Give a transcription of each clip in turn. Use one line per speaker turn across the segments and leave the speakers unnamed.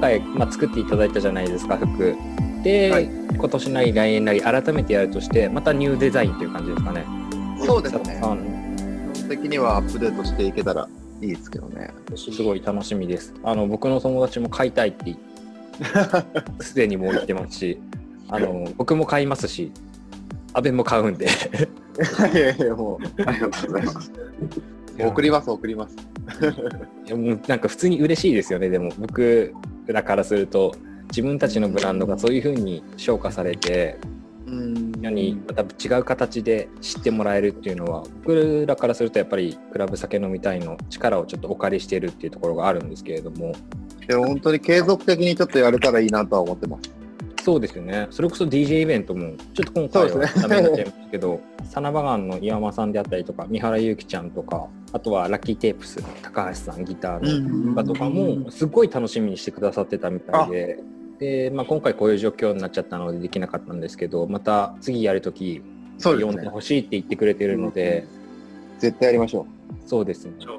回、まあ、作っていただいたじゃないですか服で、
はい
今年なり来年なり改めてやるとしてまたニューデザインという感じですかね
そうですね
佐。藤さん
基本的にはアップデートしていけたらいいですけどね。
すごい楽しみですあの僕の友達も買いたいってすでにもう言ってますしあの僕も買いますし安倍も買うんで
いやいや、もう、ありがとうございます。送ります、送ります。
いやもうなんか普通に嬉しいですよねでも僕らからすると自分たちのブランドがそういう風に昇華されて
うん
世にまた違う形で知ってもらえるっていうのは僕らからするとやっぱりクラブ酒飲みたいの力をちょっとお借りしてるっていうところがあるんですけれども
でも本当に継続的にちょっとやれたらいいなとは思ってます。
そうですよねそれこそ DJ イベントもちょっと今回
そう
は
です
ダ
ね
メになっちゃいますけどサナバガンの岩間さんであったりとか三原ゆうきちゃんとかあとはラッキーテープスの高橋さんギターの
うん
方とかもすごい楽しみにしてくださってたみたいで。でまあ、今回こういう状況になっちゃったのでできなかったんですけどまた次やるとき
そうで
呼
す
んで
ね。
ほしいって言ってくれてるので、
絶対やりましょ
そうですね。こ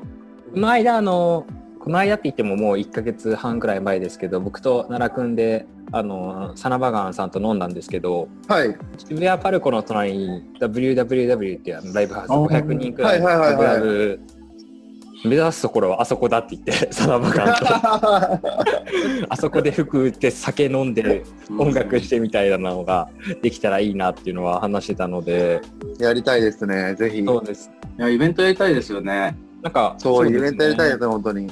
の間、あの、この間って言ってももう1ヶ月半くらい前ですけど、僕と奈良くんで、あの、サナバガンさんと飲んだんですけど、
う。はい。
渋谷パルコの隣に WWW っていうあのライブハウス
あー
500人くらいの
はいはいはいは
ラ
い
イブ、目指すところはあそこだって言って、 サナバガン と、あそこで服売って酒飲んで音楽してみたいなのができたらいいなっていうのは話してたので、
やりたいですね、ぜひ。
そうです。
いや、イベントやりたいですよね。
なんか、
そう、
そう
イ
ですね
ベントやりたいですね、本当に。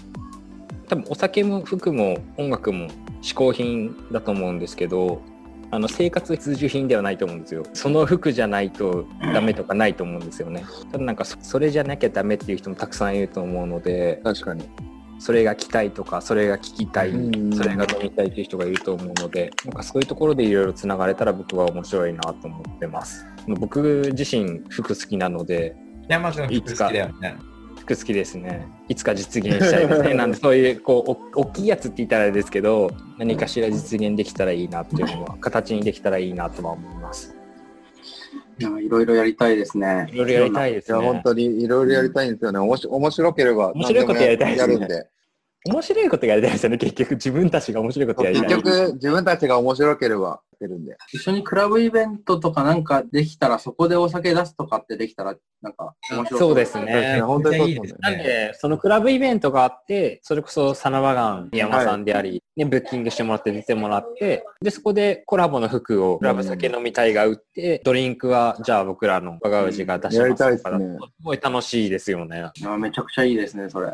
多分お酒も服も音楽も嗜好品だと思うんですけどあの生活必需品ではないと思うんですよその服じゃないとダメとかないと思うんですよねただなんかそそれじゃなきゃダメっていう人もたくさんいると思うので
確かに。
それが着たいとかそれが聞きたい
うん
それが飲みたいっていう人がいると思うのでなんかそういうところでいろいろつながれたら僕は面白いなと思ってます僕自身服好きなので
山君服好きだよね。
服好きですねいつか実現したいです ねなんでそういうこうお大きいやつって言ったらあれですけど何かしら実現できたらいいなっていうのは形にできたらいいなとは思います
いやいろいろやりたいですね。
いろいろやりたいで
い
す
や、
ね
本当にいろいろやりたいんですよね。おもし面白ければ、
面白いことやりたいですね
何でもやるんで。
面白いことやりたいですよね結局自分たちが面白いことやりた
結
い
局、自分たちが面白ければやるんで。
一緒にクラブイベントとかなんかできたら、そこでお酒出すとかってできたら、なんか面白
そうです
そうです
ね
ね
本当にそうですね
めっちゃ
ない
い
ん
ですね。
で、そのクラブイベントがあって、それこそ、サナバガン、宮山さんであり、ね、ブッキングしてもらって出てもらって、で、そこでコラボの服を、クラブ酒飲み隊が売って、ドリンクは、じゃあ僕らの我が氏が出し
や
ま
り
す
たい
と
です
かだと、
ね。
すごい楽しいですよね。
いやめちゃくちゃいいですね、それ。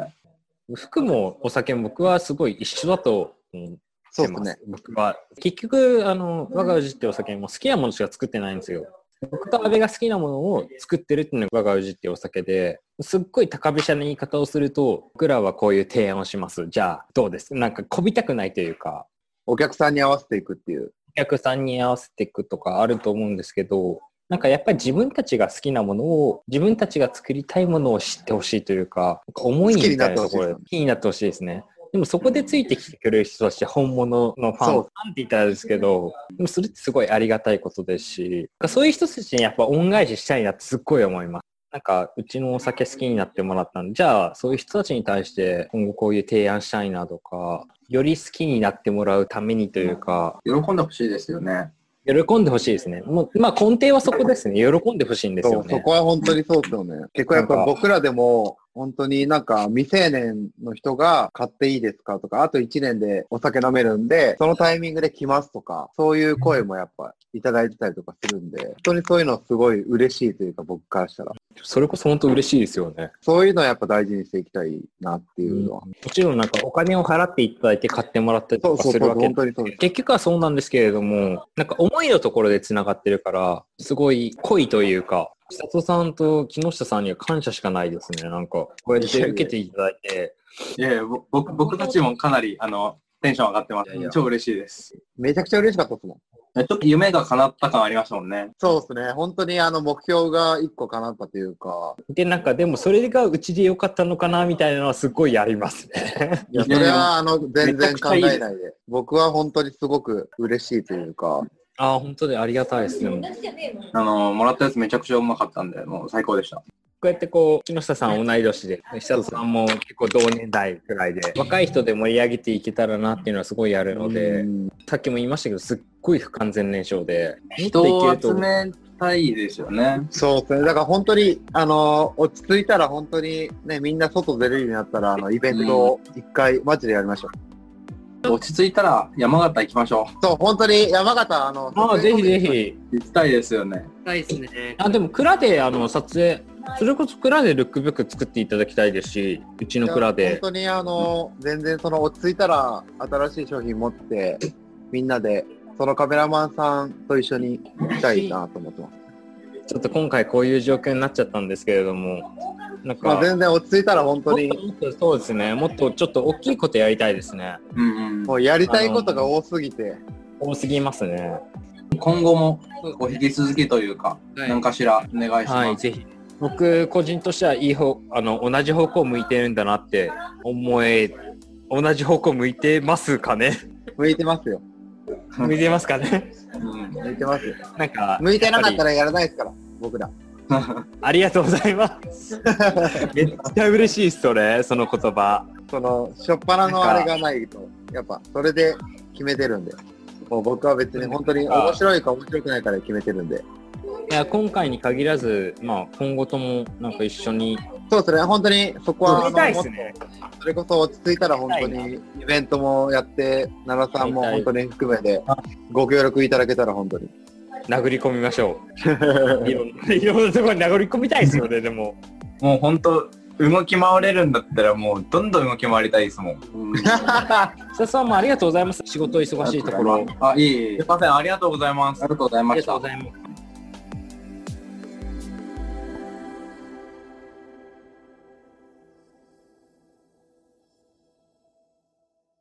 服もお酒も僕はすごい一緒だと思っ
そう
て
で
ま
す
す。
ね。
僕は。結局、あの、我が氏ってお酒も好きなものしか作ってないんですよ。僕と安倍が好きなものを作ってるっていうのが我が氏ってお酒で、すっごい高飛車な言い方をすると、僕らはこういう提案をします。じゃあ、どうですなんか、こびたくないというか、
お客さんに合わせていくっていう。
お客さんに合わせていくとかあると思うんですけど、なんかやっぱり自分たちが好きなものを、自分たちが作りたいものを知ってほしいというか、なんか思いみたいなところで
好
好きになってほしいですね。でもそこでついてきてくれる人たち本物のファン、
そ
ファン
う
って言ったらあれですけど、でもそれってすごいありがたいことですし、なんかそういう人たちにやっぱ恩返ししたいなってすっごい思います。なんか、うちのお酒好きになってもらったんで、じゃあ、そういう人たちに対して今後こういう提案したいなとか、より好きになってもらうためにというか、
喜んでほしいですよね。
喜んでほしいですね。もう、まあ根底はそこですね。喜んでほしいんです
そ
よ
う、そ
ね。
こは本当にそうですよね。結構やっ
な
ぱ
んか
僕らでも、本当になんか未成年の人が買っていいですかとか、あと1年でお酒飲めるんで、そのタイミングで来ますとか、そういう声もやっぱいただいてたりとかするんで、本当にそういうのすごい嬉しいというか僕からしたら、
それこそ本当嬉しいですよね。
そういうのはやっぱ大事にしていきたいなっていうのは。
もちろんなんかお金を払っていただいて買ってもらったり
そ
と
う
か
そう
す
そ
る
う、
わけ
本。当にそうです。
結局はそうなんですけれども、なんか思いのところで繋がってるから、すごい濃いというか、千里さんと木下さんには感謝しかないですね。なんか、こうやって受けていただいて、
いやいや、ぼ僕僕たちもかなり、あの、テンション上がってます。
いやいや
超嬉しいです。
めちゃくちゃ嬉しかったですもん。
ちょっと夢が叶った感ありましたもんね。
そうですね。本当にあの目標が1個叶ったというか、
で、なんかでもそれがうちでよかったのかな、みたいなのはすごいありますね。
いや、そ
いやい
れ
や
は、あの、全然
めちゃ
考
くちゃい
え
いです
ないで。僕は本当にすごく嬉しいというか、
ああ、本当にありがたいですね。
あの、もらったやつめちゃくちゃうまかったんで、もう最高でした。
こうやってこう、木下さん同い年で、久田さんも結構同年代くらいで、若い人で盛り上げていけたらなっていうのはすごいあるので、
うん
さっきも言いましたけど、すっごい不完全燃焼で、
人
もっ
を
といけると
集めたいですよね。
そうですね。だから本当に、あのー落ち着いたら本当にね、みんな外出れるようになったら、あの、イベントを一回、マジでやりましょう。
落ち着いたら山形行きましょ
そう、本当に山形、あの、
まあ、
撮影
ぜひぜ
特に
ひ。
う。行きたいですよね。
たいですね。
あ、でも、蔵で、あの、撮影、それこそ蔵でルックブック作っていただきたいですし、うちの蔵で。
本当にあの、全然その落ち着いたら新しい商品持って、みんなで、そのカメラマンさんと一緒に行きたいなと思ってます。
ちょっと今回こういう状況になっちゃったんですけれども、なん
ま
か、
あ全然落ち着いたら本当に、
もっともっとそうですね、もっとちょっと大きいことやりたいですね。
うん
もうやりたいことが多すぎて、
多すぎますね。
うん、今後もお引き続きというか、
はい
何かしらお願いし
はい、
ます。
ぜひ。僕個人としてはいい方あの同じ方向向いてるんだなって思え同じ方向向いてますかね
向いてますよ。
向いてますかね
うん、
向いてますよ。
なんか
向いてなかった
ら
らやらないですから、僕ら。
ありがとうございますめっちゃ嬉しいっすそれその言葉
その、しょっぱなのあれがないと、やっぱ、それで決めてるんで。もう僕は別に本当に面白いか面白くないかで決めてるんで。
いや今回に限らずまあ今後ともなんか一緒に
そうですね、本当にそこは、あ
やりたいっ
のもっ
す
と
ね
それこそ落ち着いたら本当にイベントもやって、奈良さんも本当に含めてご協力いただけたら本当に。
殴り込みましょういろんないろんなところに殴り込みたいっすよねでも
もう本当動き回れるんだったらもうどんどん動き回りたいですもん。す
うん
須 田さんもありがとうございます仕事忙しいところ
あ、いえいえ
いません、ありがとうございます
あり。がとうござい
あ
ま
り
し
がとう
た
ご。ざいます